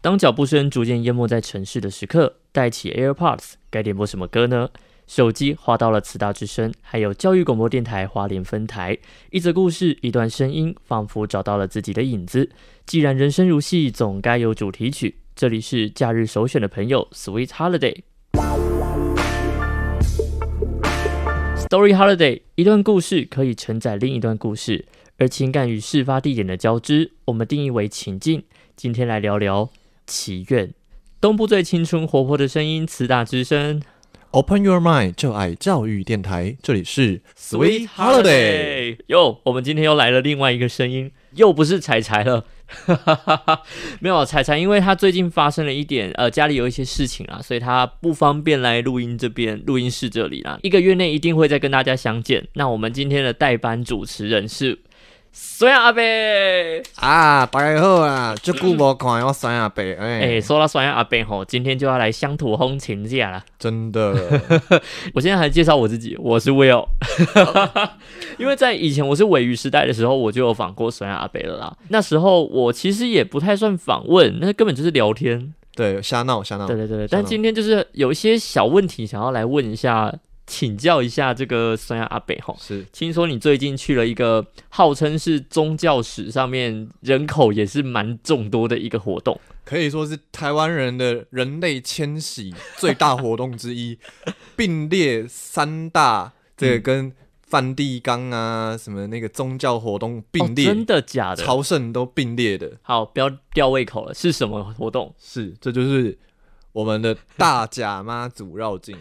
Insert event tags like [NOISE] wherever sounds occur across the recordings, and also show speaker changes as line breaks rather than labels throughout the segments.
当脚步声逐渐淹没在城市的时刻，戴起 AirPods 该点播什么歌呢？手机滑到了慈大之声，还有教育广播电台花莲分台。一则故事，一段声音，仿佛找到了自己的影子。既然人生如戏，总该有主题曲。这里是假日首选的朋友，Sweet Holiday。Story Holiday，一段故事可以承载另一段故事，而情感与事发地点的交织，我们定义为情境。今天来聊聊祈愿。东部最青春活泼的声音，慈大之声
Open Your Mind，就爱教育电台，这里是 Sweet Holiday。
Holiday。哟，我们今天又来了另外一个声音，又不是彩彩了。 [LAUGHS] 没有彩彩，因为她最近发生了一点，呃，家里有一些事情啊，所以她不方便来录音这边，录音室这里啦。一个月内一定会再跟大家相见。那我们今天的代班主持人是孙亚阿贝。
啊，大家好啊，这久无看我三阿伯， [COUGHS] 哎、
哎、说到酸亚阿贝吼，今天就要来乡土风情假啦。
真 [LAUGHS] 的，
我现在还介绍我自己，我是 Will，因为在以前我是尾鱼时代的时候，我就有访过酸亚阿贝了啦。那时候我其实也不太算访问，那根本就是聊天。
对，瞎闹瞎闹
嗯对，对对对，但今天就是有一些小问题想要来问一下，请教一下这个酸亚阿贝吼。
是
听说你最近去了一个号称是宗教史上面人口也是蛮众多的一个活动，
可以说是台湾人的人类迁 [LAUGHS] 徙最大活动之一，并列三大，这个跟梵蒂冈啊什么那个宗教活动并列，
哦真的假的？
朝圣都并列的，
好，不要吊胃口了，是什么活动？
是，这就是我们的大甲妈祖绕境。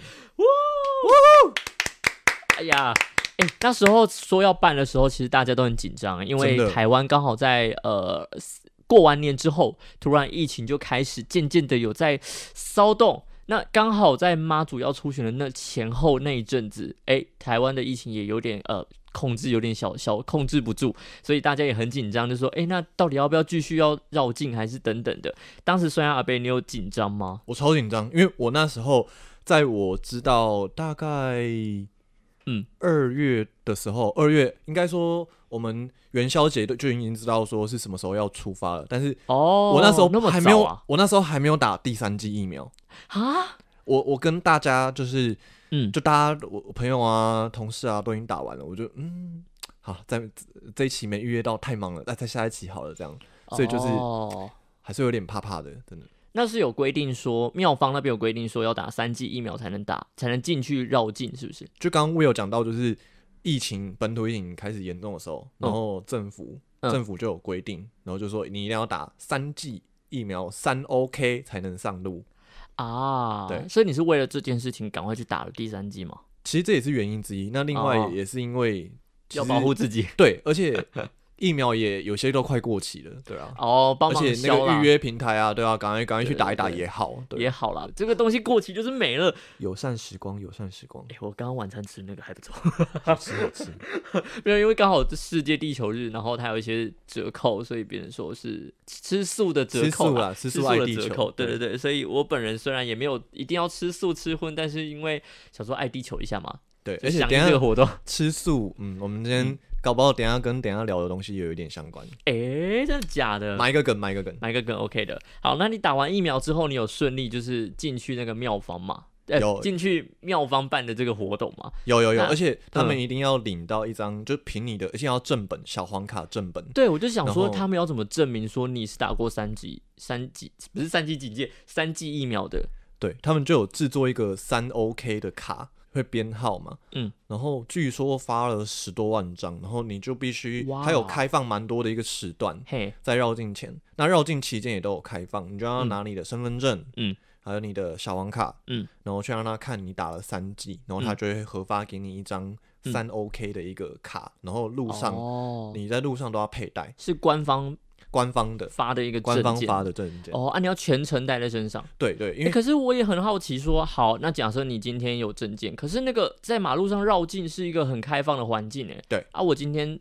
哎呀，哎、那时候说要办的时候，其实大家都很紧张，因为
真的
台湾刚好在呃过完年之后，突然疫情就开始渐渐的有在骚动。那刚好在妈祖要出巡的那前后那一阵子，哎、台湾的疫情也有点呃控制有点小小控制不住，所以大家也很紧张，就说哎、那到底要不要继续要绕境还是等等的？当时虽然阿贝你有紧张吗？
我超紧张，因为我那时候在我知道大概
嗯
二月的时候，二月应该说我们元宵节都就已经知道说是什么时候要出发了，但是
哦，
我那时候
那么
还没
早
有，
啊？
我那时候还没有打第三剂疫苗。
啊，
我我跟大家就是
嗯，
就大家我我朋友啊、同事啊都已经打完了，我就嗯。好，在这一期没预约到，太忙了，那在下一期好了，这样所以就是
哦
还是有点怕怕的，真的。
那是有规定说，妙方那边有规定说要打三剂疫苗才能打，才能进去绕境，是不是？
就刚刚 Will 讲到，就是疫情本土疫情开始严重的时候，然后政府、
嗯
政府就有规定，然后就说你一定要打三剂疫苗，三 OK 才能上路。
啊，
对
所以你是为了这件事情赶快去打了第三剂吗？
其实这也是原因之一。那另
哦
外也是因为其实
要保护自己
对，而且疫苗也有些都快过期了，对啊。
哦，帮
而
忙
且那
消
个
啦
预约平台啊，对啊，赶快赶快去
对
打一打
对
也好，对，
也好啦，这个东西过期就是没了。
友善时光，友善时
[LAUGHS]
光
哎、，我刚刚晚餐吃那个还不错， [LAUGHS]
好吃好吃。
没有，因为刚好这世界地球日，然后它有一些折扣，所以别人说是吃素的折
吃
扣
素
啦，
啦，吃
吃
素
素
爱
的
地
折
球
扣，，对对对，所以我本人虽然也没有一定要吃素吃荤，但是因为想说爱地球一下嘛，
对，
就
而且
响
等
应
一下
这个活动，
吃素，嗯，我们今天
嗯
搞不好等一下跟等一下聊的东西也有一点相关，
哎、真的假的？
埋一个梗，埋一个梗。
哪一个更 OK 的？好，那你打完疫苗之后，你有顺利就是进去那个庙方嘛？呃
有
进去庙方办的这个活动嘛？
有有有，
那嗯
而且他们一定要领到一张，就凭你的，而且要正本，小黄卡正本。
对，我就想说
然后
他们要怎么证明说你是打过三剂、三剂不是三剂警戒、三剂疫苗的？
对他们就有制作一个三 OK 的卡，会编号嘛。
嗯，
然后据说发了十多万张，然后你就必须
哇，
它有开放蛮多的一个时段，
嘿，
在绕境前，那绕境期间也都有开放，你就要拿你的身份证，
嗯，
还有你的小黄卡，
嗯，
然后去让他看你打了三剂，然后他就会核发给你一张三 OK 的一个卡，然后路上、
嗯哦，
你在路上都要佩戴
是官方
官方的
发的一个证
官
件
方发的证件，
哦，啊，你要全程带在身上。
对对，因
欸
为
可是我也很好奇说好，那假设你今天有证件，可是那个在马路上绕境是一个很开放的环境、欸，
对
啊，我今天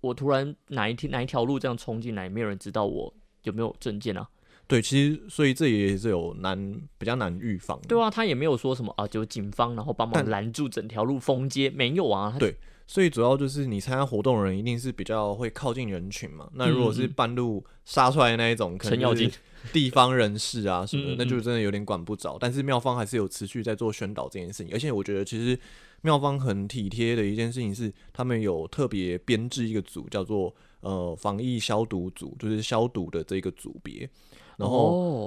我突然哪一天哪一条路这样冲进来，没有人知道我有没有证件啊？
对，其实所以这也是有难比较难预防的。
对啊，他也没有说什么啊，就警方然后帮忙
但
拦住整条路封街，没有啊。他
对所以主要就是你参加活动的人一定是比较会靠近人群嘛。那如果
嗯
是半路杀出来的那一种，可
程咬
能就
金
是 [LAUGHS] 地方人士啊什么
嗯嗯
的，那就真的有点管不着。但是妙方还是有持续在做宣导这件事情，而且我觉得其实妙方很体贴的一件事情是，他们有特别编制一个组叫做呃防疫消毒组，就是消毒的这个组别，然后。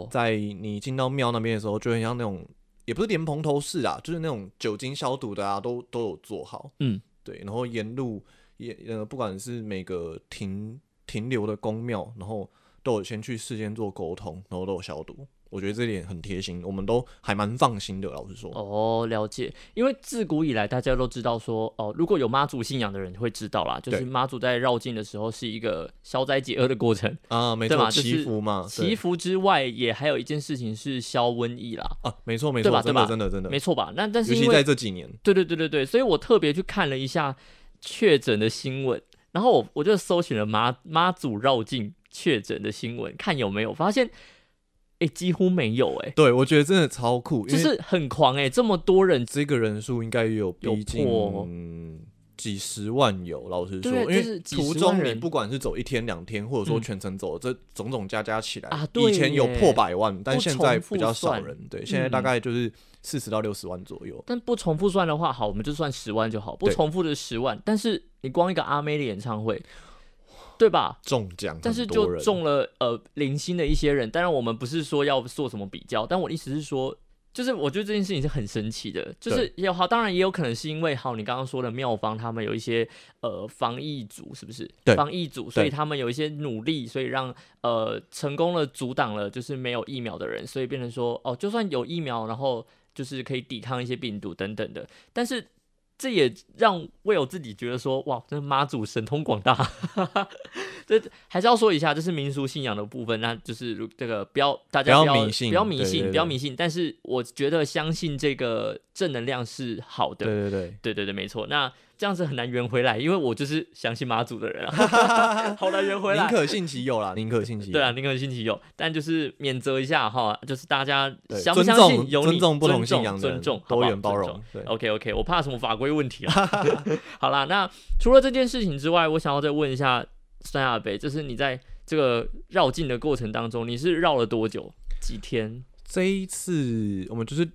哦，
在你进到庙那边的时候，就很像那种，也不是莲蓬头式啊，就是那种酒精消毒的啊，都都有做好。
嗯，
对。然后沿路也呃，不管是每个停停留的宫庙，然后都有先去事先做沟通，然后都有消毒。我觉得这点很贴心，我们都还蛮放心的。老实说，
哦，了解。因为自古以来，大家都知道说，哦，如果有妈祖信仰的人会知道啦，就是
对
妈祖在绕境的时候是一个消灾解厄的过程，
啊，没
对嘛就
错，
是
祈福嘛，啊对
祈福之外，也还有一件事情是消瘟疫啦，
啊，没错没
对吧对
错，真
吧
的真的真的
没，错吧？那但
尤
是
其
因
在
为
这几年，
对对对对对，所以我特别去看了一下确诊的新闻，然后我我就搜寻了妈妈祖绕境确诊的新闻，看有没有发现，哎，几乎没有哎、
对我觉得真的超酷，因
就
为
是很狂哎、这么多人
这个人数应该也有
有
逼近
破
嗯几十万有，老实说，
对
因
就是
为
几十
途
万
中你
人
不管是走一天两天，或者说
嗯
全程走，这种种加加起来
啊对
以前有
耶
破百万，但
不
现
重
在
复
比较少
算
人，对，现在大
嗯
概就是四十到六十万左右。
但不重复算的话，好，我们就算十万就好，不
对
重复的十万。但是你光一个阿妹的演唱会，对吧？
中奖，
但是就，中了呃零星的一些人。当然，我们不是说要做什么比较，但我的意思是说，就是我觉得这件事情是很神奇的，就是也好，当然也有可能是因为好，你刚刚说的妙方他们有一些呃防疫组，是不是？
对
防疫组，所以他们有一些努力，所以让呃成功的阻挡了就是没有疫苗的人，所以变成说哦，就算有疫苗，然后就是可以抵抗一些病毒等等的，但是。这也让 Will 自己觉得说，哇，这妈祖神通广大，这还是要说一下，这是民俗信仰的部分，那就是如这个不要大家
不要
不要
迷信
不要迷
对
信，
对
不要
对
迷信。但是我觉得相信这个正能量是好的，
对对对，
对对对，没错。那这样子很难圆回来，因为我就是相信妈祖的人啊， [LAUGHS] 好难圆回
宁
来。
可信其有啦，宁可信其有。
对啊，宁可信其有，但就是免责一下哈，就是大家
对，
相不相
尊重
信由你
尊重不同信
重
仰的
尊
人，
重好不
多
好
元包
尊重
容。对，
OK OK，我怕什么法规问题啊？ [LAUGHS] 好啦，那除了这件事情之外，我想要再问一下三亚北，就是你在这个绕境的过程当中，你是绕了多久？几天？
这一次我们就是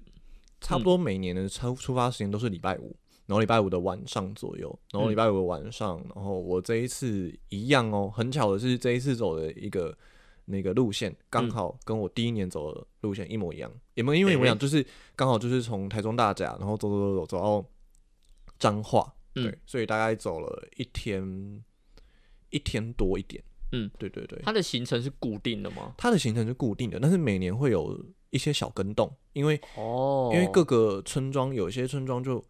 差不多每年的出出发时间都是礼拜五，然后礼拜五的晚上左右，然后礼拜五的晚上，然后我这一次一样哦，很巧的是这一次走的一个那个路线刚好跟我第一年走的路线一模一样，也没有因为
诶
我讲就是刚好就是从台中大甲，然后走走走走走到彰化，
嗯
对，所以大概走了一天一天多一点，
嗯，
对对对，
它的行程是固定的吗？
它的行程是固定的，但是每年会有一些小跟动，因为
哦，
因为各个村庄有些村庄就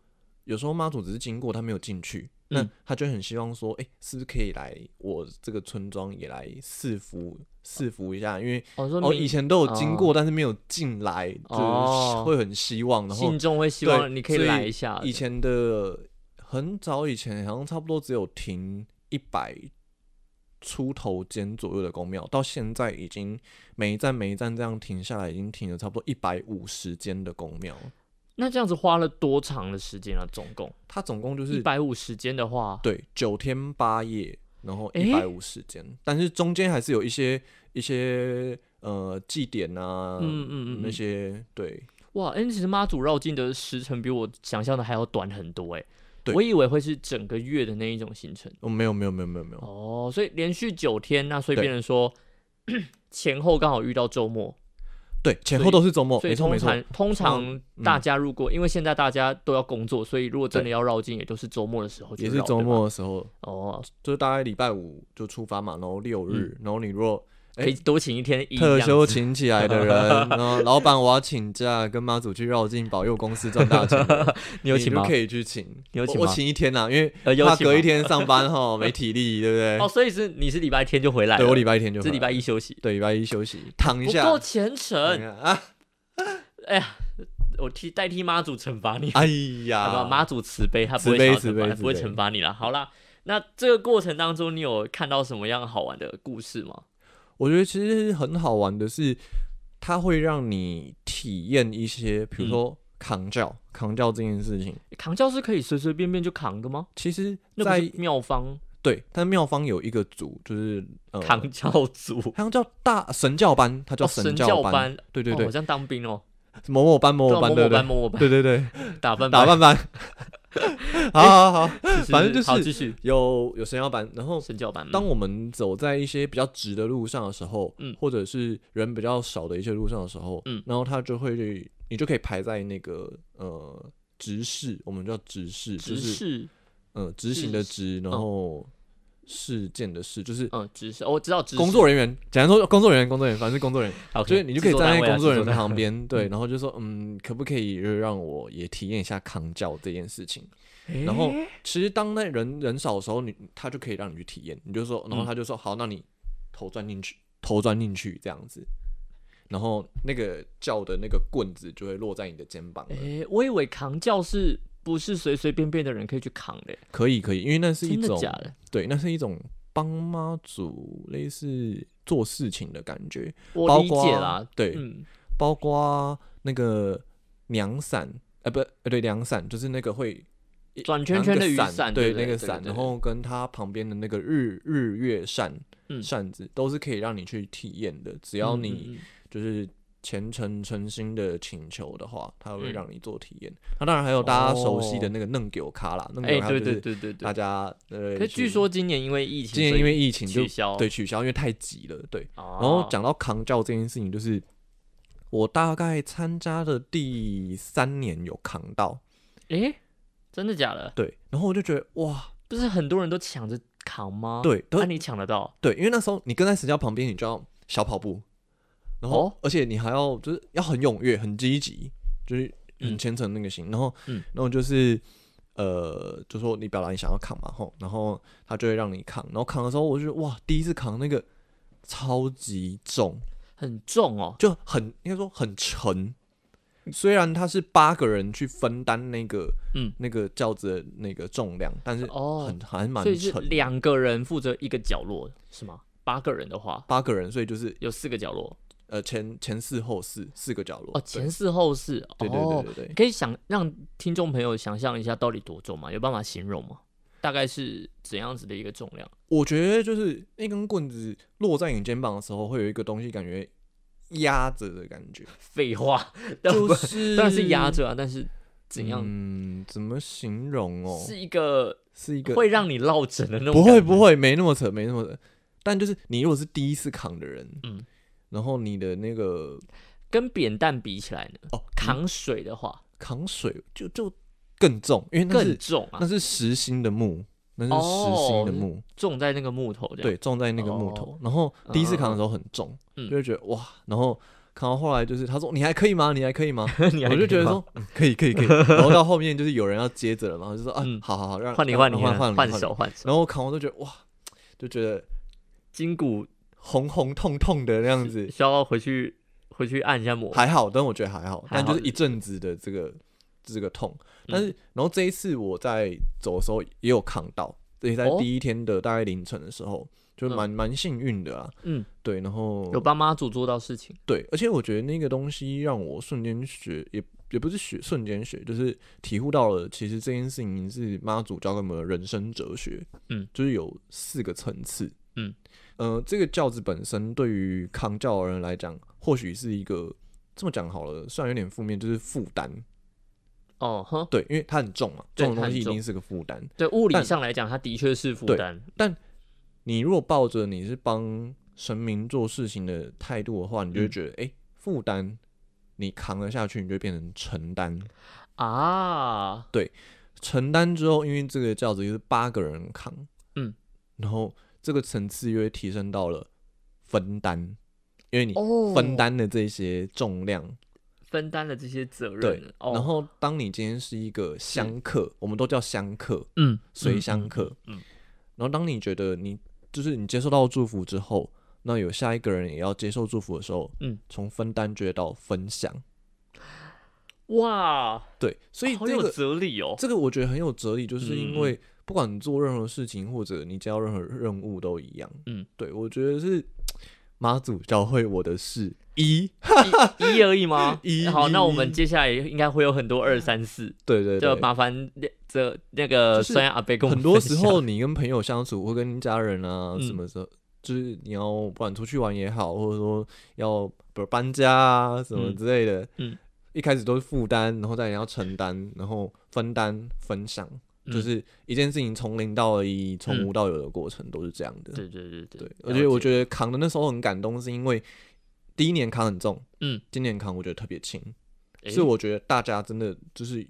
有时候妈祖只是经过，他没有进去，那
嗯
他就很希望说，哎、是不是可以来我这个村庄也来赐福赐福一下？因为
哦说
哦
明
以前都有经过，但是没有进来，就是
哦
会很希望。然后
信众会希
对
望你可
所以
来一下的，
以前的很早以前，好像差不多只有停一百。出头间左右的公庙，到现在已经每一站每一站这样停下来，已经停了差不多一百五十间的公庙了。
那这样子花了多长的时间啊？总共
它总共就
一
是
百五时间的话，
对九天八夜，然后
诶
一百五十间，但是中间还是有一些一些呃祭典啊，
嗯嗯嗯
那
嗯
些对
哇，哎、其实妈祖绕境的时程比我想象的还要短很多哎、
对
我以为会是整个月的那一种行程。
哦没有没有没有没有没有，
哦，所以连续九天，那所以
对
变成说 [CLEARS THROAT] 前后刚好遇到周末，
对前
所以
后都是周末，
所以
哦没错
通
没错，
常
嗯
通常大家如果、因为现在大家都要工作，所以如果真的要绕境，也都是周末的时候去
也
绕，
是周
对吧
末的时候，
哦，
就是大概礼拜五就出发嘛，然后六日，
嗯
然后你如果
可以多请一天一
特
样
休
子
请起来的人，然
[LAUGHS]
后老板我要请假，跟妈祖去绕境，保佑公司赚
[LAUGHS]
大钱的人，
你有请
就
吗？
可以去请，
你有请
我我
吗
请一天呐、啊因为
呃，有
[LAUGHS] 怕
请
隔一
吗
天上班哈没体力，对不对？
哦，所以是你是礼拜天就回来了，
对我礼拜天就
这
回
礼
来
拜一休息，
对礼拜一休息，躺一
不
下。
够虔诚
躺一。下啊！
我替代替妈祖惩罚你，
哎
好不好？
呀，
妈祖慈悲，他不会
慈悲
想要惩罚
慈悲
不会
慈悲
惩罚你啦。好啦，那这个过程当中，你有看到什么样好玩的故事吗？
我觉得其实是很好玩的是，它会让你体验一些，比
嗯
如说扛教、扛教这件事情。
扛教是可以随随便便就扛的吗？
其实
那不
在，
是妙方
对，但妙方有一个组，就是呃，
扛教组，
[LAUGHS] 他叫大神教班，他叫
哦
神
教
班，
班，
对对
哦
对
好，像当兵哦，
某某班某
对
某
啊
班，
某某
对不
班
对？
某某班
对对对，
[LAUGHS] 打扮
打
班，
扮班，好好好，
是是
反正
是
就是
好继续
有有神教班，然后
神教班，嗯
当我们走在一些比较直的路上的时候，
嗯
或者是人比较少的一些路上的时候，
嗯
然后他就会，你就可以排在那个呃直视，我们叫直视，
直
就是
视
呃执行的执，然
嗯
后事件的事，就是
嗯直视，哦我知道直视
工作人员，简单说工作人员，工作人员，反正是工作人员，
，OK，
所以你就可
制
以
作单
站
位
在
啊
工作人员的
制作单
旁
位 [LAUGHS]
边，对，然后就说，嗯，可不可以让我也体验一下扛教这件事情？然后
诶
其实当那人人少的时候，你他就可以让你去体验，你就说，然后他就说、好，那你头钻进去，头钻进去这样子，然后那个叫的那个棍子就会落在你的肩膀了。
诶，我以为扛教是不是随随便便的人可以去扛的，
可以可以，因为那是一
真的
种
假的？
对，那是一种帮妈祖类似做事情的感觉，
我
包
理
括
解啦，
对，
嗯，
包括那个娘伞，呃，不，呃，对，凉伞就是那个会
转圈圈的雨
拿那个
伞，
对
不
那个
对
伞，
对对
然后跟它旁边的那个日日月扇
嗯
扇子都是可以让你去体验的，只要
嗯嗯
你
嗯
就是虔诚诚心的请求的话，它会
嗯
让你做体验。那当然还有大家熟悉的那个弄丢卡啦，弄
哦哎、
丢卡
对
就
对
是
对对对
大。家呃，
可是据
去
说今年因为疫情，
今年因为疫情
所以
就
取消，
对取消，因为太急了，对。
哦，
然后讲到扛教这件事情，就是我大概参加的第三年有扛到，
诶，真的假的？
对，然后我就觉得哇，
不是很多人都抢着扛吗？，
对，
那、
都
哦啊你抢得到？
对，因为那时候你跟在神教旁边，你就要小跑步，然后、
哦
而且你还要就是要很踊跃、很积极，就是很
嗯
虔诚那个心，然后
嗯
然后就是。呃，就说你表达你想要扛嘛，吼，然后他就会让你扛，然后扛的时候，我就觉得哇，第一次扛那个超级重，
很重哦，
就很应该说很沉。虽然它是八个人去分担那个
嗯，
那个轿子的那个重量，但是
哦
很，还蛮
所以是
沉的。
两个人负责一个角落是吗？八个人的话
八个人，所以就是
有四个角落
呃前前四后四四个角落。
哦，前四后四
对对
哦
对，对对对，
可以想让听众朋友想象一下到底多重吗？有办法形容吗？大概是怎样子的一个重量？
我觉得就是那根棍子落在你肩膀的时候，会有一个东西感觉压着的感
[LAUGHS]
觉，
废话，当然
就
不
是
当然是压着啊，但是怎样？
嗯，怎么形容哦？
是一个
是一个
会让你落枕的那种
不
感觉。
会不会，没那么扯，没那么扯。但就是你如果是第一次扛的人，
嗯
然后你的那个
跟扁担比起来呢，
哦
扛水的话
扛水就就更重，因为那
更
是
重
那
啊，
是实心的木，那是实心的木，
重在那个木头这样。 [LAUGHS] 哦
对，撞在那个木头。然后第一次扛的时候很重，
嗯
就会觉得哇，然后。扛到后来就是他说你还可以吗？你还可以吗？
[LAUGHS] 你还可
我
以
就觉得说嗯可以可以可以。然后到后面就是有人要接着了嘛，我就说啊
嗯
好好好，让
换你
让
换你
换换
换
你
换
你
手换手，
然后我扛完都觉得哇，就觉得
筋骨
红红痛痛的那样子，
需要回去回去按一下摩。
还好，但我觉得还好，
还
但
好
就是
是
一阵子的这个这个痛。
嗯
但是，然后这一次我在走的时候也有扛到，也在
哦
第一天的大概凌晨的时候，就
嗯
蛮蛮幸运的啊。
嗯，
对，然后
有帮妈祖做到事情。
对，而且我觉得那个东西让我瞬间学，也也不是学瞬间学，就是体悟到了，其实这件事情是妈祖教给我们的人生哲学，
嗯，
就是有四个层次，
嗯，
呃，这个教子本身对于扛教的人来讲，或许是一个这么讲好了，虽然有点负面，就是负担，
哦哼，
对，因为它很重嘛，这
对
种
它
东
很
西一定
重
是个负担。
对，物理
但
上来讲，它的确是负
对
担。
你如果抱着你是帮神明做事情的态度的话，你就会
嗯
觉得，哎、负担你扛得下去，你就会变成承担。
啊，
承担之后，因为这个轿子就是八个人扛，
嗯，
然后这个层次又会提升到了分担，因为你
哦
分担的这些重量，
分担了这些责
对
任。哦，
然后当你今天是一个香客，我们都叫香客，
嗯，
随
嗯
香
嗯
客，
嗯嗯
然后当你觉得你就是你接受到祝福之后，那有下一个人也要接受祝福的时候，
嗯，
从分担觉到分享，
哇，
对，所以
好
这
有
个
哲理哦。
这个我觉得很有哲理，就是
嗯嗯
因为不管你做任何事情或者你接到任何任务都一样，
嗯，
对我觉得是妈祖教会我的事一，
[LAUGHS] 一一而已吗？
[LAUGHS] 一
好，那我
一
们接下来应该会有很多二三四，
对对
就
对，
麻烦这那个
就是
酸阿贝跟我
很
们
多
分
时
享
候你跟朋友相处，或跟家人啊，
嗯
什么时候，就是你要不管出去玩也好，或者说要比如搬家啊什么
嗯
之类的，
嗯
一开始都是负担，然后再你要承担，然后分担分享，
嗯
就是一件事情从零到一，从
嗯
无到有的过程都是这样的。
对对对对
对，而且我觉
得
得扛的那时候很感动，是因为第一年扛很重，
嗯，
今年扛我觉得特别轻，
诶
是我觉得大家真的就是，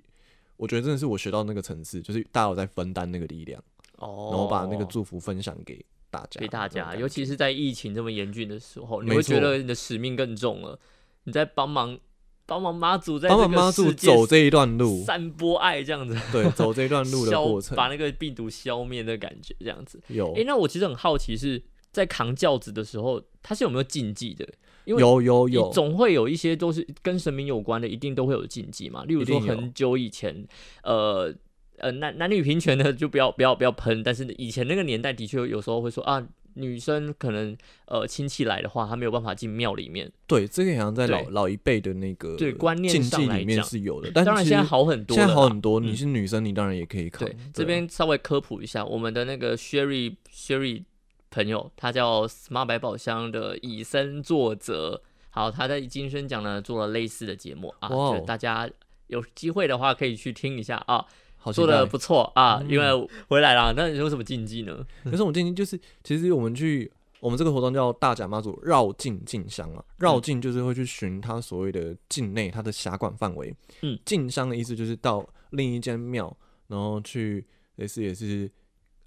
我觉得真的是我学到那个层次，就是大家有在分担那个力量。
哦，
然后把那个祝福分享给大家，
给大家，
那种感觉
尤其是在疫情这么严峻的时候，你
没
会觉
错
得你的使命更重了，你在帮忙帮忙妈祖在
帮
这
忙
个
妈
世
祖
界
走这一段路，
散播爱这样子，
对，走这一段
[LAUGHS]
路的
消
过程哦
把那个病毒消灭的感觉这样子。
有
诶，那我其实很好奇是在扛轿子的时候，它是有没有禁忌的？因为
有有
你
有，
总会有一些都是跟神明有关的，一定都会有禁忌嘛。例如
一
说
定有
很久以前，呃呃男男女平权的就不要不要不要喷，但是以前那个年代的确有时候会说啊，女生可能呃亲戚来的话，她没有办法进庙里面。
对，这个好像在老
对
老一辈的那个
对观念
禁
上
忌
来
里面
讲
是有的，但
当然
其
现在
实
好很多了
现
啦，
在好很多，
嗯
你是女生，你当然也可以扛啊
对，，这边稍微科普一下，我们的那个 Sherry Sherry 朋友，他叫 Smart 百宝箱的以身作则。好，他在金声奖呢做了类似的节目啊，
哇哦
就是大家有机会的话可以去听一下啊，
好
做
的
的不错啊。
嗯
因为回来啦，那有什么禁忌呢？
可是我们今天就是，其实我们去我们这个活动叫大甲妈祖绕境进香嘛，绕境就是会去寻它所谓的境内它的辖管范围，
嗯，
进香的意思就是到另一间庙，然后去类似也是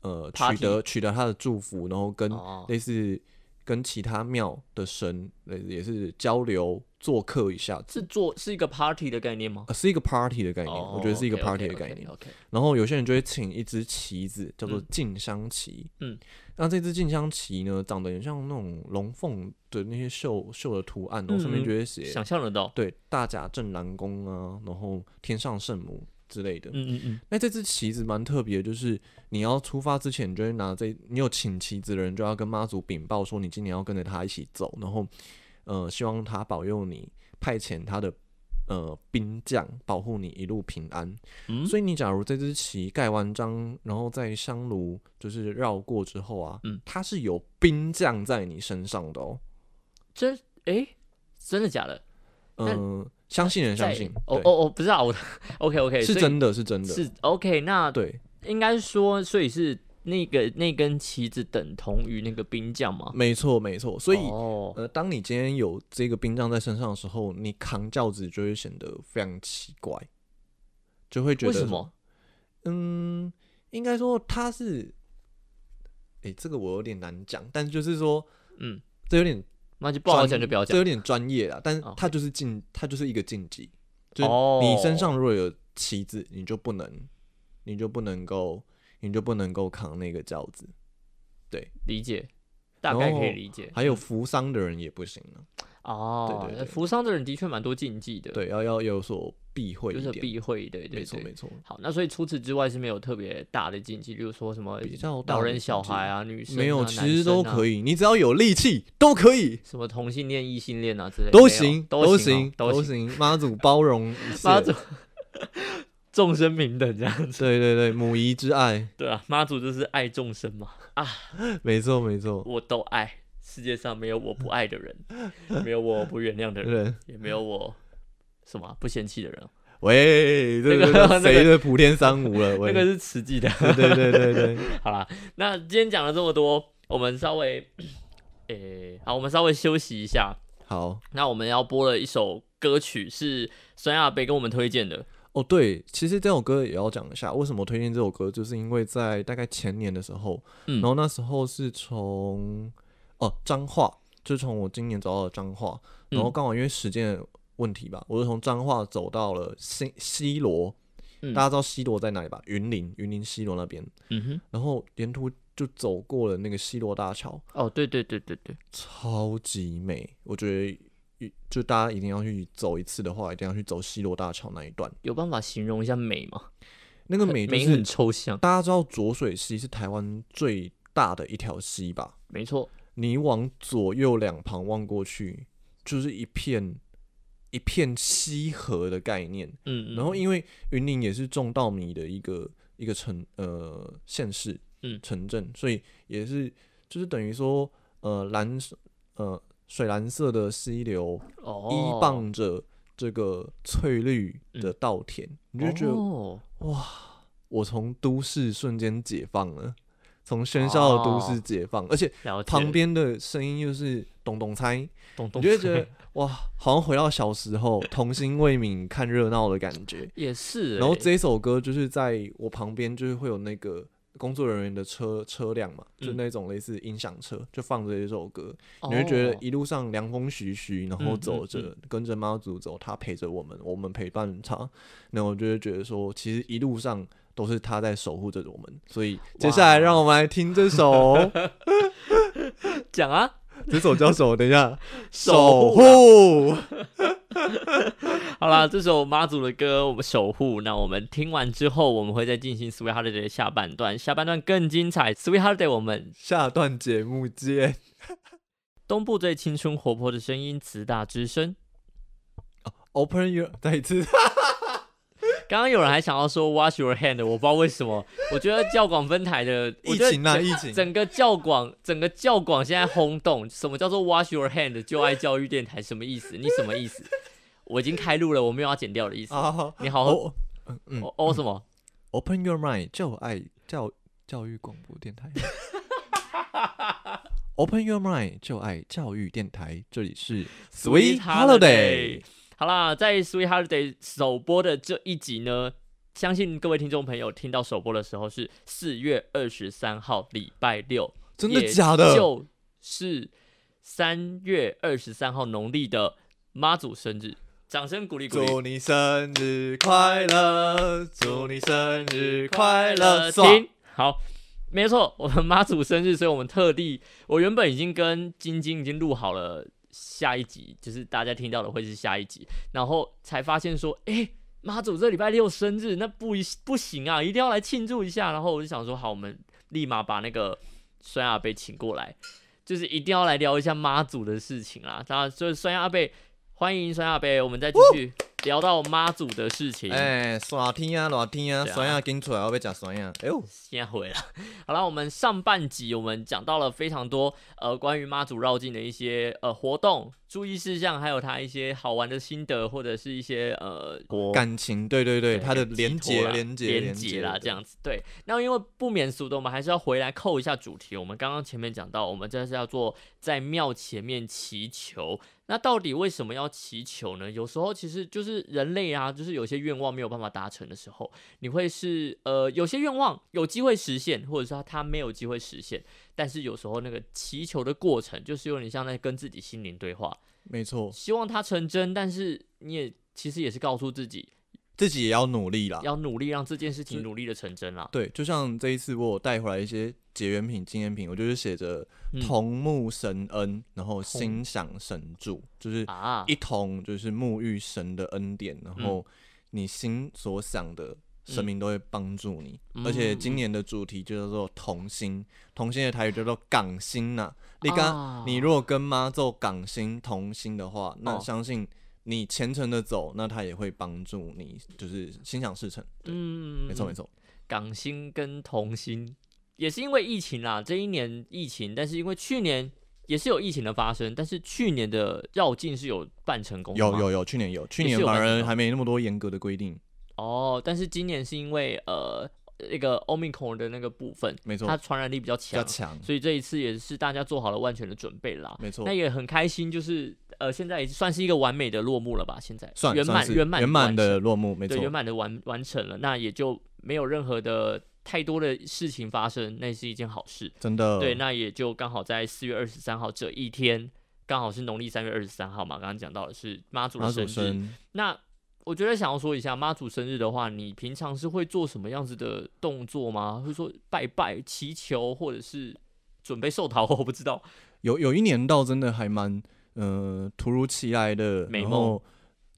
呃
Party
取得取得他的祝福，然后跟
哦，
类似跟其他庙的神类似也是交流做客一下子。
是做是一个 party 的概念吗？
呃是一个 party 的概念，
哦
我觉得是一个
OK，OK，
party 的概念。
OK，
然后有些人就会请一只旗子，叫做
嗯
静香旗。
嗯，
那这只静香旗呢，长得很像那种龙凤的那些绣绣的图案，然后上面
嗯
就会写、
想象得到。
对大甲镇南宫啊，然后天上圣母之类的。
嗯嗯嗯，
那这只旗子蛮特别的，就是你要出发之前，你就会拿这，你有请旗子的人就要跟妈祖禀报说你今年要跟着他一起走，然后呃希望他保佑你，派遣他的呃兵将保护你一路平安。
嗯
所以你假如这只旗盖完章，然后在香炉就是绕过之后啊，
嗯
它是有兵将在你身上的哦。
真诶，真的假的？
嗯、
那
相信人相
在
信，
哦
对
哦哦，不是啊，我 OK OK，
是真的是真的，
是 OK，那
对，
应该说，所以是那个那根旗子等同于那个兵将嘛，
没错没错，所以。
哦，
呃，当你今天有这个冰杖在身上的时候，你扛轿子就会显得非常奇怪，就会觉
为
得
什么？
嗯，应该说它是，诶、这个我有点难讲，但就是说
嗯，
这有点
那就不
专
好讲就不要
这
讲。
有点专业啦，但
哦
它就是禁，它就是一个禁忌，就是
哦
你身上如果有旗子，你就不能，你就不能够，你就不能够扛那个轿子，
理解，大概可以
然后
理解。
还有扶丧的人也不行啊，
哦，
对对对
扶桑的人的确蛮多禁忌的，，
对，要要有所避讳
有
一
所
点，
避讳，对对对。
没错没错。
好，那所以除此之外是没有特别大的禁忌，比如说什么
比较大
老
的
人、
禁
小
忌
孩啊、女生啊、
没有，其实都可
以，
以，你只要有力气都可以，
什么同性恋、异性恋啊之类的
都
没有
行，
都
行，
哦都
都
行。
行。妈祖包容一
[LAUGHS]
切，
妈祖众生平等这样子，
对对对，母仪之爱，
对啊，妈祖就是爱众生嘛。
没错没
[LAUGHS]
错，
我都爱。世界上没有我不爱的
[LAUGHS]
人，没有我不原谅的人，
对。
也没有我什么啊不嫌弃的人。
喂，这
那个
这
那个
谁的普天三无了？
[LAUGHS] 那
喂，
个是实际的。
对对对对对，
好啦，那今天讲了这么多，我们稍微， [COUGHS] 诶、好，我们稍微休息一下。
好
那我们要播了一首歌曲，是孙亚贝跟我们推荐的。
哦，对，其实这首歌也要讲一下，为什么推荐这首歌，就是因为在大概前年的时候，
嗯
然后那时候是从哦彰化，就是从我今年走到了彰化，然后
嗯
刚好因为时间的问题吧，我就从彰化走到了西西罗，
嗯
大家知道西罗在哪里吧？云林，云林西罗那边，
嗯哼，
然后沿途就走过了那个西罗大桥，
哦，对对对对对，
超级美，我觉得。就大家一定要去走一次的话，一定要去走西罗大桥那一段。
有办法形容一下美吗？
那个美就
美
是
很抽象，
大家知道浊水溪是台湾最大的一条溪吧？
没错，
你往左右两旁望过去，就是一片一片溪河的概念。
嗯，
然后
嗯
因为云林也是种稻米的一个一个城呃县市，
嗯
城镇，所以也是就是等于说呃蓝呃水蓝色的溪流
哦，
依傍着这个翠绿的稻田，
嗯
你就觉得
哦
我从都市瞬间解放了，从喧嚣的都市解放，而且
了解
旁边的声音又是咚咚猜，
咚
你
咚
就会觉 [LAUGHS] 得哇，好像回到小时候童心未泯看热闹的感觉。
也是欸，
然后这首歌就是在我旁边，就是会有那个工作人员的车车辆嘛，就
嗯
那种类似音响车，就放着一首歌，你会觉得
哦
一路上凉风徐徐，然后
嗯
走
嗯
着、跟着妈祖走，他陪着我们，我们陪伴他，那我就会觉得说，其实一路上都是他在守护着我们。所以接下来
哇
让我们来听这
[LAUGHS]
首，哦
讲啊，
这首叫什么？等一 [LAUGHS] 下，
守
守
护
护。啊
好
[LAUGHS]
啦，这首妈祖的歌我们守护。那我们听完之后，我们会再进行 Sweet Holiday 的下半段，下半段更精彩。Sweet Holiday 我们
下段节目见。
东部最青春活泼的声音，慈大之声。
Open your，再一次。
刚刚有人还想要说 Wash your hand，我不知道为什么，我觉得教广分台的
疫情啊，
啊，
疫情。
整个教广，整个教广现在轰动，什么叫做 Wash your hand 就爱教育电台？什么意思？你什么意思？我已经开录了，我没有要剪掉的意思。
啊，好
你好好，
哦嗯
哦哦什么？
Open Your Mind 就爱教教育广播电 [LAUGHS] 台。Open Your Mind 就爱教育电台，这里是 Sweet Holiday。。
好啦，在 Sweet Holiday 首播的这一集呢，相信各位听众朋友听到首播的时候是四月二十三号，礼拜六，
真的假的
也？就是三月二十三号农历的妈祖生日，掌声鼓励鼓励。
祝你生日快乐，祝你生日快乐。爽
停，好，没错，我们妈祖生日，所以我们特地，我原本已经跟晶晶已经录好了下一集，就是大家听到的会是下一集，然后才发现说，诶，妈祖这礼拜六生日，那不一不行啊，一定要来庆祝一下。然后我就想说，好，我们立马把那个酸阿贝请过来，就是一定要来聊一下妈祖的事情啦。当然，就是酸阿贝，欢迎酸阿贝，我们再继续聊到妈祖的事情。
哎，酸天啊，热天啊，
对啊
酸啊，跟出来，我要讲酸啊。哎呦，
先回来。 [LAUGHS] 好了，我们上半集我们讲到了非常多呃关于妈祖绕境的一些呃活动、注意事项，还有它一些好玩的心得，或者是一些呃活
感情，对对对，
对
它的
寄
连
托
接，
啦
连接，
连接啦，这
对
样子对。那因为不免俗的，我们还是要回来扣一下主题。我们刚刚前面讲到，我们这是要做在庙前面祈求。那到底为什么要祈求呢？有时候其实就是人类啊，就是有些愿望没有办法达成的时候，你会是呃有些愿望有机会实现，或者说它没有机会实现。但是有时候那个祈求的过程，就是有点像在跟自己心灵对话，
没错，
希望它成真，但是你也其实也是告诉自己，
自己也要努力啦。
要努力让这件事情
是
努力的成真啦。
对，就像这一次我有带回来一些结缘品、纪念品，我就是写着
嗯
同沐神恩，然后
同
心想神助，就是
啊，
一同就是沐浴神的恩典，然
嗯
后你心所想的。神明都会帮助你，
嗯
而且今年的主题就叫做同心，同心的台语叫做港心呐、你刚、
啊
你如果跟妈做港心同心的话，那
哦
相信你虔诚的走，那他也会帮助你，就是心想事成。对，
嗯，
没错没错。
港星跟童星也是因为疫情啦，这一年疫情，但是因为去年也是有疫情的发生，但是去年的绕境是有办成功的
有
吗
有有，去年有，去
哦也是
年
有
反
办成
而
功
还没那么多严格的规定，
哦，但是今年是因为呃那个 omicron 的那个部分，
没错，
它
比
传染力比较
较
强，
强，
所以这一次也是大家做好了万全的准备啦。
没错
那，也很开心，就是呃现在也算是一个完美的落幕了吧？现在
算
圆
算
满
是
圆满
圆
完
满
成
的落幕，没错
对，圆满的完完成了，那也就没有任何的太多的事情发生，那是一件好事。
真的，
对，那也就刚好在四月二十三号这一天，刚好是农历三月二十三号嘛，刚刚讲到的是妈祖
马
的
祖
生日。
生，
那我觉得想要说一下妈祖生日的话，你平常是会做什么样子的动作吗？会说拜拜、祈求，或者是准备寿桃？我不知道。
有有一年倒真的还蛮，呃，突如其来的
美
然
梦
后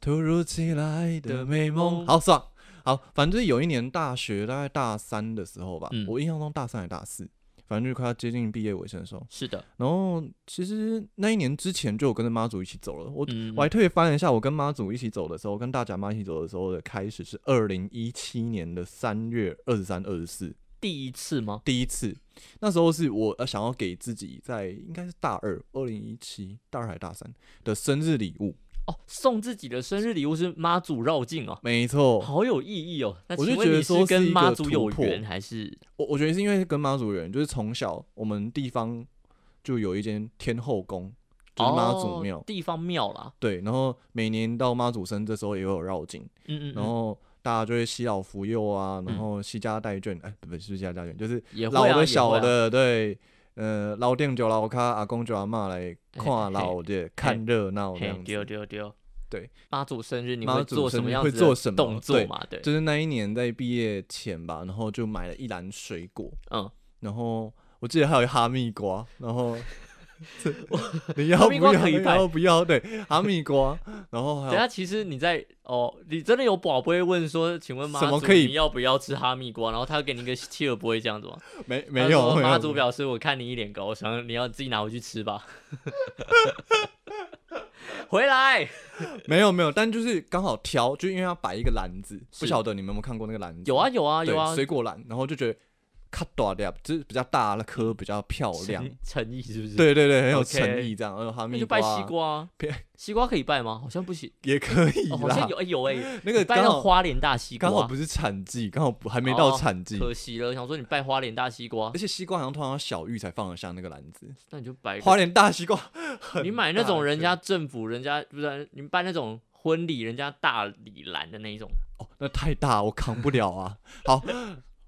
突如其来
的
的美
梦
梦，好爽，好，反正有一年大学大概大三的时候吧
嗯，
我印象中大三还大四，反正就是快要接近毕业尾声的时候。
是的，
然后其实那一年之前就有跟着妈祖一起走了，我、
嗯
我还特别翻了一下，我跟妈祖一起走的时候，跟大甲妈一起走的时候的开始是二零一七年的三月二十三、二十四，
第一次吗？
第一次。那时候是我呃想要给自己在应该是大二，二零一七大二还大三的生日礼物，
哦，送自己的生日礼物是妈祖绕境哦，
没错，
好有意义哦。那
我
请
就
问
觉得
你
说
是
是
跟
一
妈
个
祖
突
有
破
缘还是？
我我觉得是因为跟妈祖有缘，就是从小我们地方就有一间天后宫，就是妈祖
哦
庙，
地方庙啦。
对，然后每年到妈祖生这时候也有绕境，
嗯嗯，
然
嗯
后大家就会惜老扶幼啊，然后惜家带眷，哎、不不是惜家带眷，就是
也会
老
啊
的
也
小
会啊
的，对，呃，老店酒老咖阿公酒阿嬷来看老的，看热闹这
嘿
样
丢
子。
丢丢，
对，
妈祖生日你
妈
会
祖
做什
生
么
日
样
会
子
做
的
什么
动作
对
嘛？对，
就是那一年在毕业前吧，然后就买了一篮水果，
嗯，
然后我记得还有哈密瓜，
[LAUGHS]
然后 [LAUGHS] 你
哈
要不
密瓜
要？
可以
你
带
要不要？对，哈密瓜，然后
等
还有
下其实你在哦，你真的有宝贝问说，请问妈
什么
祖
可以
你要不要吃哈密瓜？然后他给你一个切尔不会这样子吗？
没
他
没有
说
没
妈
有
祖表示我看你一脸狗想你要自己拿回去吃吧。 [LAUGHS] 回来
没有没有，但就是刚好挑，就因为要摆一个篮子，
是
不晓得你们有没有看过那个篮子？
有啊有啊
对
有啊，
水果篮，然后就觉得卡多掉，就是比较大那颗比较漂亮，
诚诚意是不是？，
对对对，很有
OK
诚意这样，然后哈
那
密
就
瓜
拜西瓜啊
别，
西瓜可以拜吗？好像不行，
也可以
哦好像
啦
有，哎有哎，
那个
你拜
刚
那
好
花莲大西瓜
刚
啊，
好不是产季，刚好不还没到
哦
产季，
可惜了，想说你拜花莲大西瓜
而，且西瓜好像通常要小玉才放得下那个篮子，
那你就拜一个
花莲大西瓜很
你买那
大
种人
颗
家政府人家不是啊你们办那种婚礼人家大礼篮的那一种，
哦，那太大，我扛不了啊。
[LAUGHS]
好，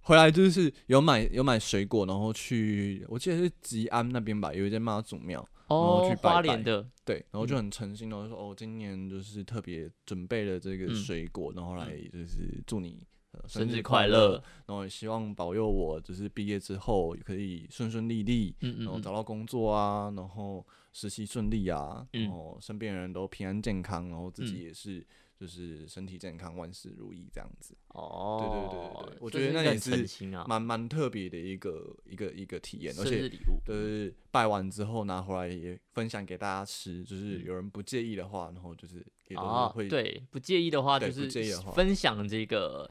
回来就是有买有买水果，然后去，我记得是吉安那边吧，有一间妈祖庙，后去
哦，
拜
花
拜
莲的，
对，然后
嗯
就很诚心，然后就说哦，今年就是特别准备了这个
嗯
水果，然后来就是祝你。呃
生日快
快
乐！
然后也希望保佑我，就是毕业之后也可以顺顺利利，
嗯
然后
嗯
找到工作啊，然后实习顺利啊，
嗯
然后身边人都平安健康，然后自己
嗯
也是就是身体健康，万事如意这样子。
哦，
对对对对我
这
觉得
是
那
一个很
也
诚
是
心啊，
蛮蛮特别的一个一个一个体验，而
生日
且
礼物，
就是拜完之后拿回来也分享给大家吃，就是有人不介意的话，然后就是也都是
嗯哦
会、，
对，不介意的话
对
就
不介意
是
的话
分享这个。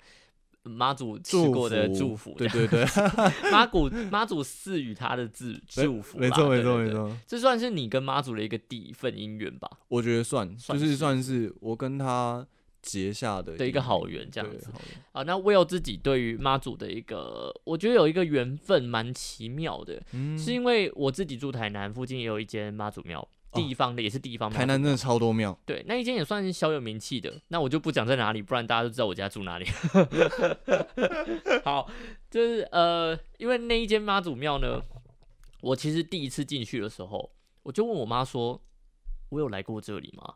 妈祖吃
祝
过的
福
祝福，
对对对，
[LAUGHS] 妈祖妈祖赐予他的祝祝福啦，
没错
对
没错
对
没
对，
错，
这算是你跟妈祖的一个第一份姻缘吧，
我觉得算
算
就是
是
算是我跟他结下的
的一个
姻
好
缘
缘这样
对
子
好缘
啊，那 Will 自己对于妈祖的一个，我觉得有一个缘分蛮奇妙的，
嗯，
是因为我自己住台南，附近也有一间妈祖庙，
哦
地方的、也是地方庙。
台南真的超多庙，
对，那一间也算是小有名气的。那我就不讲在哪里，不然大家都知道我家住哪里。 [LAUGHS] 好，就是呃，因为那一间妈祖庙呢，我其实第一次进去的时候，我就问我妈说：“我有来过这里吗？”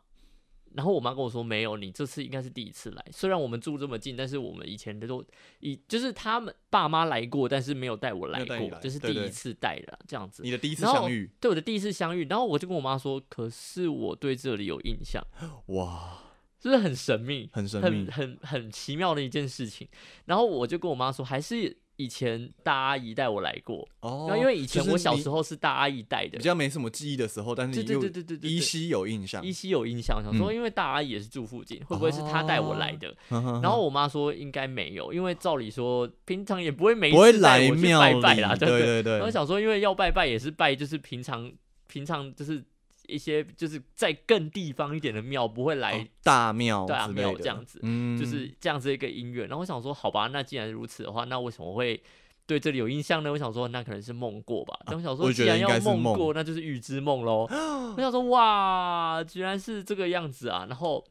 然后我妈跟我说：“没有，你这次应该是第一次来。虽然我们住这么近，但是我们以前的都以就是他们爸妈来过，但是没有带我
没
来
有带
过，
你来
就是第
对
一
对
次带的这样子。
你的第一次
然后
相遇，
对我的第一次相遇，然后我就跟我妈说，可是我对这里有印象，
哇，
是不是很神秘，
很神
很
秘，
很很奇妙的一件事情？然后我就跟我妈说，还是以前大阿姨带我来过，
哦
然后因为以前我小时
候
候是大阿姨带的
比，较没什么记忆的时候，但
对
是你
对
又
对对对对，
依稀有印象
依，稀有印象，想说
嗯
因为大阿姨也是住附近，会不会是她带我来的？
然
然后我妈说应该没有，因为照理说平常也不会每
不会
一次带
来
我去
庙
拜
里，
拜啦，
对
对不对
对
然后想说，因为要拜拜也是拜，就是平常平常就是一些就是在更地方一点的庙不会来
哦大庙
对啊
之类
庙
的
这样子
嗯，
就是这样子一个音乐。然后我想说，好吧，那既然如此的话，那为什么会对这里有印象呢？我想说，那可能是梦过吧。但我想说，
啊我
既
觉得
然
应
要
该是
梦
梦
过，那就是预知梦
[GASPS]
喽。我想说，哇，居然是这个样子啊！然后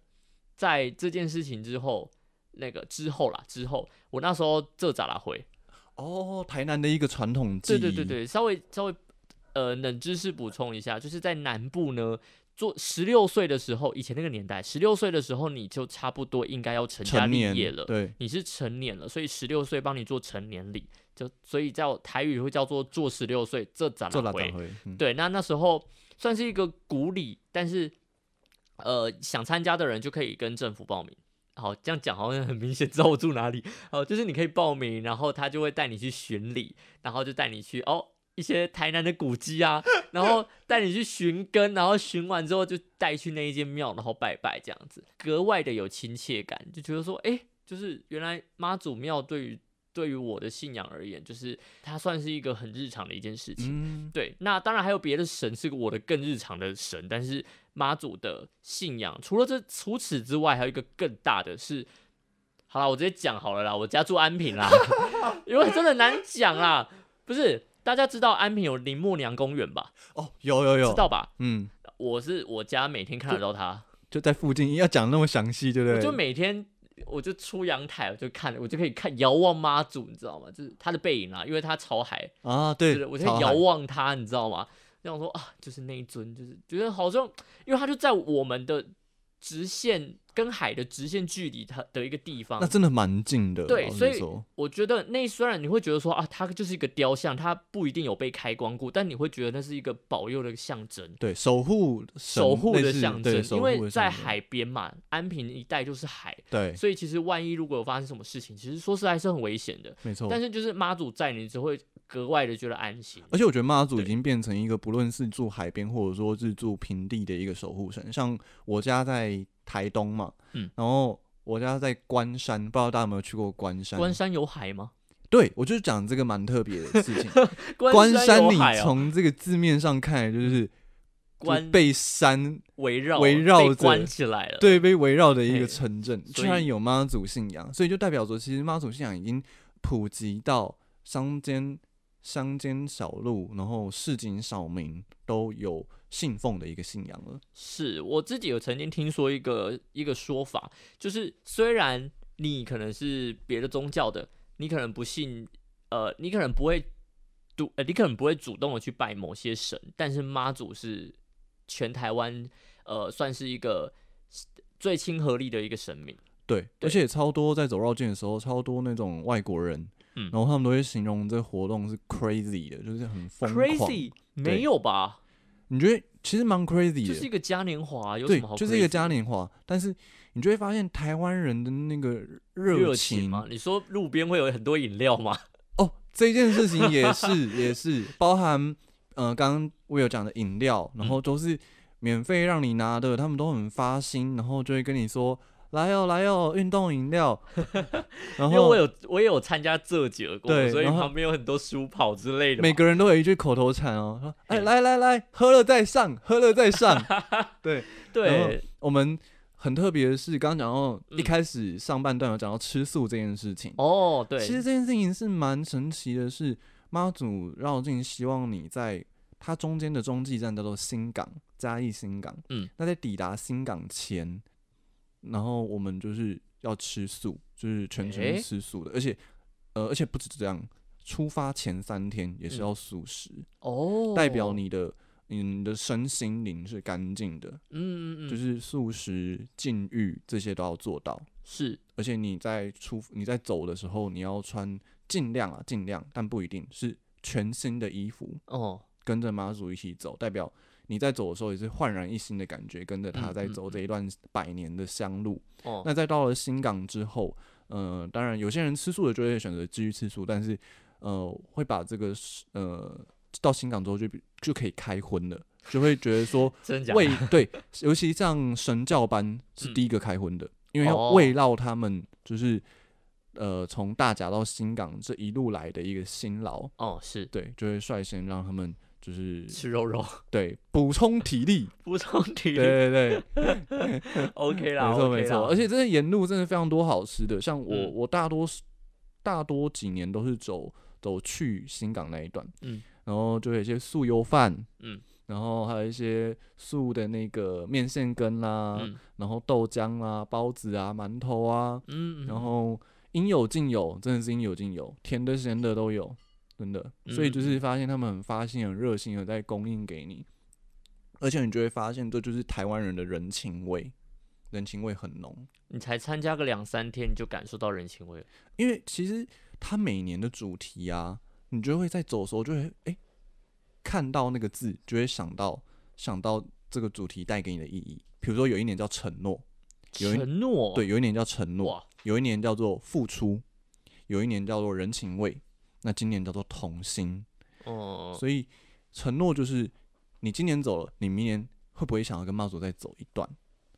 在这件事情之后，那个之后啦，之后我那时候这咋啦回，
哦，台南的一个传统技
对
艺，
对对对，稍微稍微呃冷知识补充一下，就是在南部呢，做十六岁的时候，以前那个年代，十六岁的时候你就差不多应该要成家
成
立
年
业了，
对，
你是成年了，所以十六岁帮你做成年礼，就所以叫台语会叫做做十六岁，这咋
做
了
拉
回
长？回，嗯
对，那那时候算是一个鼓励，但是呃，想参加的人就可以跟政府报名。好，这样讲好像很明显知道我住哪里。哦，就是你可以报名，然后他就会带你去巡礼，然后就带你去哦。一些台南的古迹啊，然后带你去寻根，然后寻完之后就带去那一间庙，然后拜拜这样子，格外的有亲切感，就觉得说，哎，就是原来妈祖庙对于对于我的信仰而言，就是它算是一个很日常的一件事情。
嗯，
对，那当然还有别的神是我的更日常的神，但是妈祖的信仰除了这除此之外，还有一个更大的是，好啦，我直接讲好了啦，我家住安平啦， [LAUGHS] 因为真的难讲啦，不是大家知道安平有林默娘公园吧？
哦，有有
知
有，
道吧？
嗯，
我是我家每天看得到它，
就在附近，要讲那么详细，对不
我
对？
就每天。我就出阳台，我就看，我就可以看遥望妈祖，你知道吗？就是她的背影啦，因为她朝海，
啊，
对，
对，
我在
超
遥
嗨
望他，你知道吗？那样说啊，就是那一尊，就是觉得好像，因为他就在我们的直线跟海的直线距离，它的一个地方
那。真的蛮近的，
对
老实
所以
说
我觉得那虽然你会觉得说啊，它就是一个雕像，它不一定有被开光过，但你会觉得那是一个保佑的象征，
对守护神
守护
类
的
似
象
对
征。
守
因
护
为
的
在
象征
海边嘛，安平一带就是海，
对，
所以其实万一如果有发生什么事情，其实说实在是很危险的。
没错，
但是就是妈祖在，你只会格外的觉得安心。
而且我觉得妈祖已
对
经变成一个不论是住海边或者说是住平地的一个守护神。像我家在台东嘛，
嗯，
然后我家在关山，不知道大家有没有去过关呃山？
关山有海吗？
对我就是讲这个蛮特别的事情。
[LAUGHS] 关
山，
有
你
海哦
从这个字面上看，就是就
关
被山
围绕
围绕
被
着
关起来了。
对被围绕的一
嘿
个城镇，
所
居然
以
有妈祖信仰，所以就代表着其实妈祖信仰已经普及到乡间、乡间小路，然后市井小民都有信奉的一个信仰了。
是我自己有曾经听说一个一个说法，就是虽然你可能是别的宗教的，你可能不信，呃，你可能不会主，呃，你可能不会主动的去拜某些神，但是妈祖是全台湾呃算是一个最亲和力的一个神明。
对，
对
而且超多在走绕境的时候，超多那种外国人，
嗯
然后他们都会形容这个活动是 crazy 的，就是很疯狂。
Crazy 没有吧？
你觉得其实蛮 crazy
就
的，
是一个嘉年华，啊有什
对
么好？，
就是一个嘉。年华，但是你就会发现台湾人的那个
热
热
情吗？你说路边会有很多饮料吗？
哦，这件事情也
[LAUGHS]
是也是包含，呃，刚刚我有讲的饮料，然后都是免费让你拿的，他们都很发心，然后就会跟你说来哦来哦，运动
[LAUGHS]
饮料，然
因为我
后
有我也有参加这节过，
对
所以
然后
旁边有很多书跑之类的嘛。
每个人都有一句口头禅哦，说哎
嘿
来来来，喝了再上，喝了
[LAUGHS]
再上，对，然后
对，
我们。很特别的是，刚刚讲到
嗯
一开始上半段有讲到吃素这件事情，
哦，对，
其实这件事情是蛮神奇的是，妈祖绕境希望你在它中间的中继站叫做新港，嘉义新港。
嗯，
那在抵达新港前，然后我们就是要吃素，就是全程
诶
是吃素的，而且呃，而且不止这样，出发前三天也是
嗯
要素食，
哦，
代表，你的你的身心灵是干净的，
嗯嗯嗯，
就是是素食、禁欲这些都要做到。而且你在出你在走的时候，你要穿尽量啊，尽量，但不一定是全新的衣服，
哦，
跟着妈祖一起走，代表你在走的时候也是焕然一新的感觉，跟着他
嗯
在
嗯嗯
走这一段百年的香路。
哦，
那在到了新港之后，呃，当然有些人吃素的就会选择继续吃素，但是呃，会把这个是呃到新港之后就比就可以开荤了，就会觉得说
真的假
为
的？
对，尤其像神教班是
嗯
第一个开荤的，因为要
哦
慰劳他们，就是呃从大甲到新港这一路来的一个辛劳，
哦，是
对，就会率先让他们就是
吃肉肉，
对补充体力，
补充体
对
力
对
[LAUGHS]
对，
，OK 啦，
没错
OK
没错，
啦
而且这沿路真的非常多好吃的，像我、
嗯
我大多大多几年都是走走去新港那一段，
嗯，
然后就有一些素油饭，
嗯。
然后还有一些素的那个面线羹啦，
嗯
然后豆浆啊、包子啊、馒头啊，
嗯，嗯
然后应有尽有，真的是应有尽有，甜的咸的都有，真的。所以就是发现他们很发心、很热心的在供应给你，而且你就会发现这就是台湾人的人情味，人情味很浓。
你才参加个两三天，你就感受到人情味了，
因为其实他每年的主题啊，你就会在走的时候就会哎、诶看到那个字，就会想到想到这个主题带给你的意义。比如说有一年叫承诺，有一
承诺，
对，有一年叫承诺，
哇，
有一年叫做付出，有一年叫做人情味，那今年叫做童心。
哦，
所以承诺就是你今年走了，你明年会不会想要跟妈祖再走一段？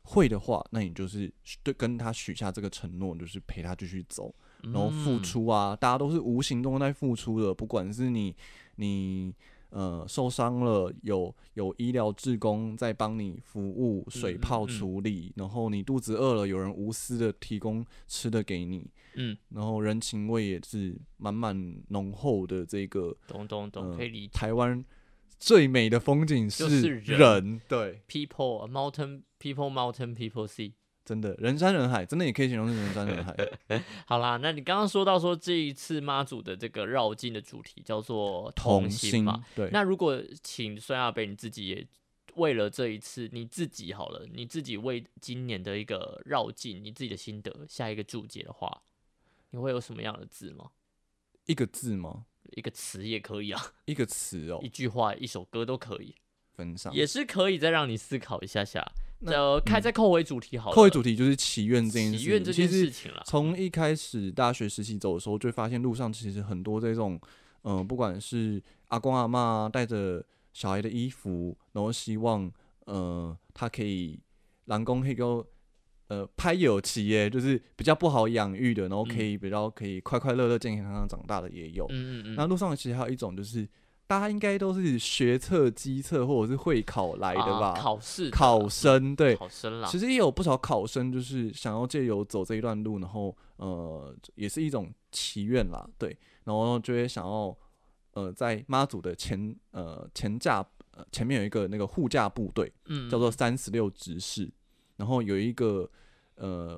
会的话，那你就是对跟他许下这个承诺，就是陪他继续走，然后付
嗯，
出啊，大家都是无形中在付出的，不管是你你呃受伤了，有有医疗志工在帮你服务，水
嗯
泡
嗯
处理，然后你肚子饿了，有人无私的提供吃的给你，
嗯，
然后人情味也是满满浓厚的这个
懂懂懂，
呃
可以理解。
台湾最美的风景
就是人
人，
对，
People mountain people mountain people sea。
真的人山人海，真的也可以形容是人山
[LAUGHS]
人海。
好啦，那你刚刚说到说这一次妈祖的这个绕境的主题叫做
同
心
心
嘛，，
对，
那如果请孙亚北你自己也为了这一次你自己好了，你自己为今年的一个绕境你自己的心得下一个注解的话，你会有什么样的字吗？
一个字吗？
一个词也可以啊，
一个词哦
一，句话、一首歌都可以，
分上
也是可以再让你思考一下下。
那
呃，开
嗯
再扣回主题好了，
扣回主题就是祈愿这件事
祈愿
情。
这
其
件事
实
情啦。
从一开始大学实习走的时候，就会发现路上其实很多这种，嗯、不管是阿公阿妈带着小孩的衣服，然后希望，呃，他可以蓝公可以够。呃，拍有期耶，就是比较不好养育的，然后可以比较可以快快乐乐、健健康康长大的也有。
嗯嗯
那
嗯，
路上其实还有一种，就是大家应该都是学测、机测或者是会考来的吧？
啊考试的
考
啦
生对，
考生啦
其，实也有不少考生就是想要借由走这一段路，然后呃，也是一种祈愿啦，对，然后就会想要呃，在妈祖的前呃前架呃前面有一个那个护驾部队，
嗯，
叫做
嗯
三十六执事，然后有一个呃，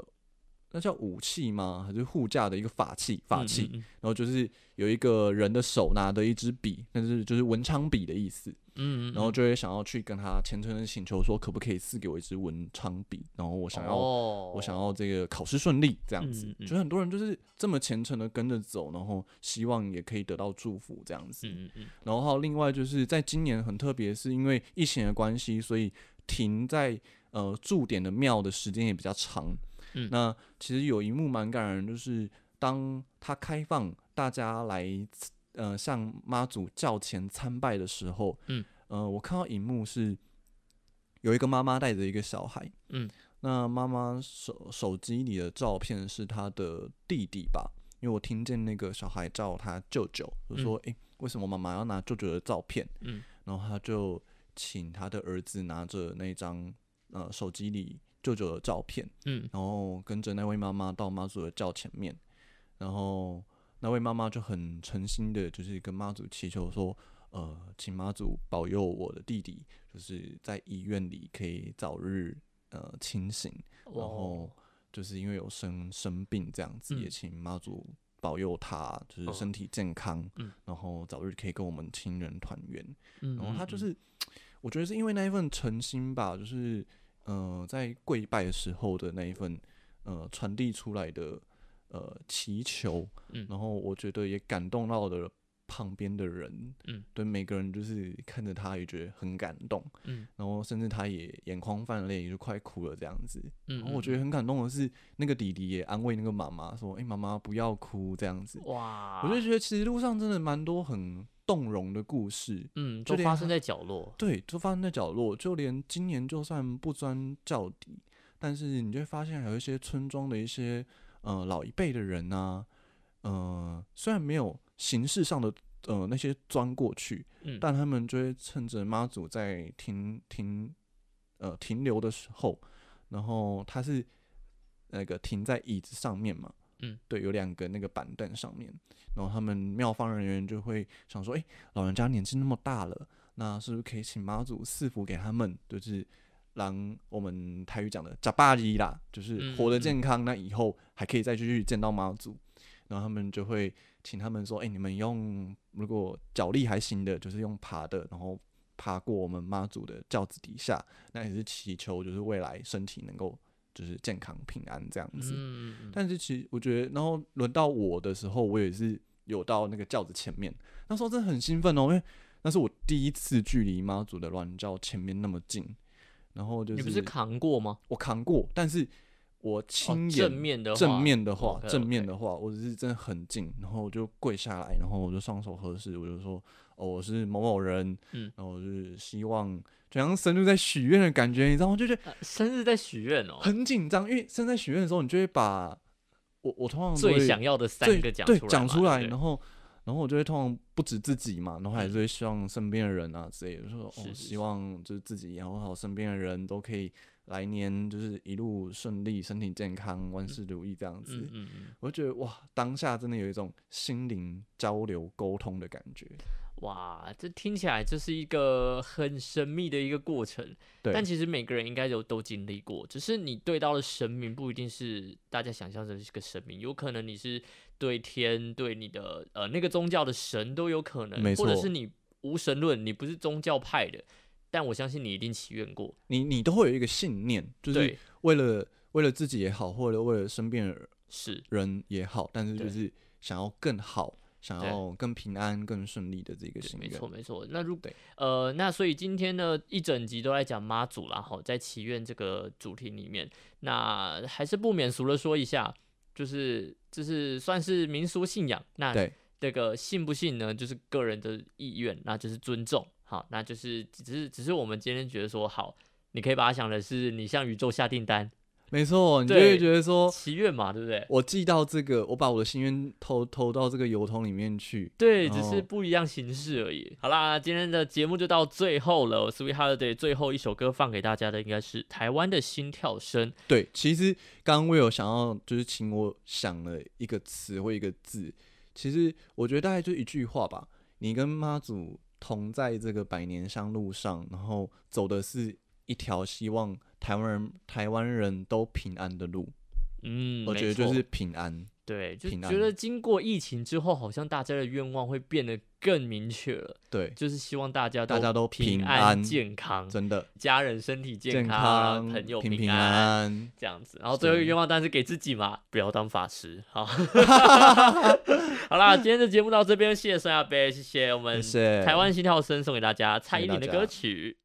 那叫武器吗？还是护驾的一个法器？法器，，
嗯
然后就是有一个人的手拿的一支笔，但是就是文昌笔的意思，
嗯嗯嗯，
然后就会想要去跟他虔诚的请求说，可不可以赐给我一支文昌笔？然后我想要、
哦
我想要这个考试顺利这样子，
嗯嗯
就是很多人就是这么虔诚的跟着走，然后希望也可以得到祝福这样子。
嗯嗯嗯，
然后还有另外就是在今年很特别，是因为疫情的关系，所以停在呃驻点的庙的时间也比较长。
嗯
那其实有一幕蛮感人，就是当它开放大家来呃向妈祖教前参拜的时候，
嗯，
呃，我看到一幕是有一个妈妈带着一个小孩，
嗯，
那妈妈手手机里的照片是她的弟弟吧？因为我听见那个小孩叫他舅舅，我说：“诶，为什么妈妈要拿舅舅的照片？”
嗯，
然后他就请他的儿子拿着那张呃手机里舅舅的照片，
嗯，
然后跟着那位妈妈到妈祖的轿前面，然后那位妈妈就很诚心的，就是跟妈祖祈求说，呃，请妈祖保佑我的弟弟，就是在医院里可以早日呃清醒，
然
然后就是因为有生生病这样子，
嗯
也请妈祖保佑他，就是
哦
身体健康，
嗯
然后早日可以跟我们亲人团圆。
然
然后他
嗯
就是，我觉得是因为那一份诚心吧，就是呃，在跪拜的时候的那一份呃传递出来的呃祈求，
嗯
然后我觉得也感动到了旁边的人，
嗯，
对，每个人就是看着他也觉得很感动，
嗯
然后甚至他也眼眶泛泪，就快哭了这样子。
嗯，
然后我觉得很感动的是，那个弟弟也安慰那个妈妈说：“哎、妈妈不要哭。”这样子
得，嗯哇，
我就觉得其实路上真的蛮多很动容的故事，
嗯，
就
都
连
发
他
生在角落，
对，就发生在角落。就连今年就算不钻教底，但是你就会发现还有一些村庄的一些呃老一辈的人啊，呃，虽然没有形式上的呃那些钻过去，
嗯，
但他们就会趁着妈祖在停停呃停留的时候，然后他是那个停在椅子上面嘛，
嗯，
对，有两个那个板凳上面，然后他们庙方人员就会想说，哎、老人家年纪那么大了，那是不是可以请妈祖赐福给他们？就是让我们台语讲的“假巴黎”啦，就是
嗯
活得
嗯
健康，那以后还可以再继续见到妈祖。然后他们就会请他们说：“哎、你们用如果脚力还行的，就是用爬的，然后爬过我们妈祖的轿子底下，那也是祈求就是未来身体能够就是健康平安这样子。
嗯，嗯嗯
但是其实我觉得，然后轮到我的时候，我也是有到那个轿子前面，那时候真的很兴奋哦，因为那是我第一次距离妈祖的銮轿前面那么近，然后就
你不是扛过吗？哦
我扛过，但是我亲眼、
正面的话
正面的话，
OK，OK
正面的话，我只是真的很近，然后我就跪下来，然后我就双手合十，我就说，哦，我是某某人，
嗯
然后我就是希望，就像深入在许愿的感觉，你知道吗？就觉得
呃生日在许愿哦，
很紧张，因为身在许愿的时候，你就会把我我通常都
最
会
想要的
最
三个讲
对
出来
讲
嘛
出来，
对不对嗯
然后然后我就会通常不止自己嘛，然后还是会希望身边的人啊之类的，就说
是
哦，
是
希
是
望就是自己然后还有身边的人都可以来年就是一路顺利，身体健康，万事如意这样子。
嗯嗯嗯，
我就觉得哇，当下真的有一种心灵交流沟通的感觉。
哇，这听起来这是一个很神秘的一个过程，
对
但其实每个人应该都都经历过，只是你对到的神明不一定是大家想象的这个神明，有可能你是对天、对你的呃那个宗教的神都有可能，
没
或者
错
是你无神论，你不是宗教派的，但我相信你一定祈愿过，
你你都会有一个信念，就是
对，
为了为了自己也好，或者为了身边的
是
人也好，但是就
对
是想要更好，想
对
要更平安、更顺利的这个
对
心
没
愿。
错，没错。那如
对
呃，那所以今天呢，一整集都在讲妈祖啦，吼，在祈愿这个主题里面，那还是不免俗的说一下，就是这是算是民俗信仰，那
对
这个信不信呢，就是个人的意愿，那就是尊重，好，那就是只是只是我们今天觉得说好。你可以把它想的是，你向宇宙下订单，
没错，你就
对
会觉得说，
祈愿嘛，对不对？
我寄到这个，我把我的心愿投投到这个邮筒里面去。
对，只
然
是
后
不一样形式而已。好啦，今天的节目就到最后了。Sweet Holiday 最后一首歌放给大家的应该是台湾的心跳声。
对，其实刚刚我有想要，就是请我想了一个词或一个字，其实我觉得大概就一句话吧。你跟妈祖同在这个百年商路上，然后走的是一条希望台湾人台湾人都平安的路。
嗯，
我
没
觉得就
错
是平安。
对，就
平
觉
安
得经过疫情之后，好像大家的愿望会变得更明确了，
对，
就是希望大家
大家都
平
平安
健康，
真的
家人身体健
健
朋友
平
平
平安。
这样子。然后最后一个
是
愿望当然是给自己嘛，不要当法师。
[LAUGHS]
好，好啦，今天的节目到这边，谢谢孙亚贝，谢谢我们
谢谢
台湾心跳声送给大家蔡依林的
谢谢大家
歌曲。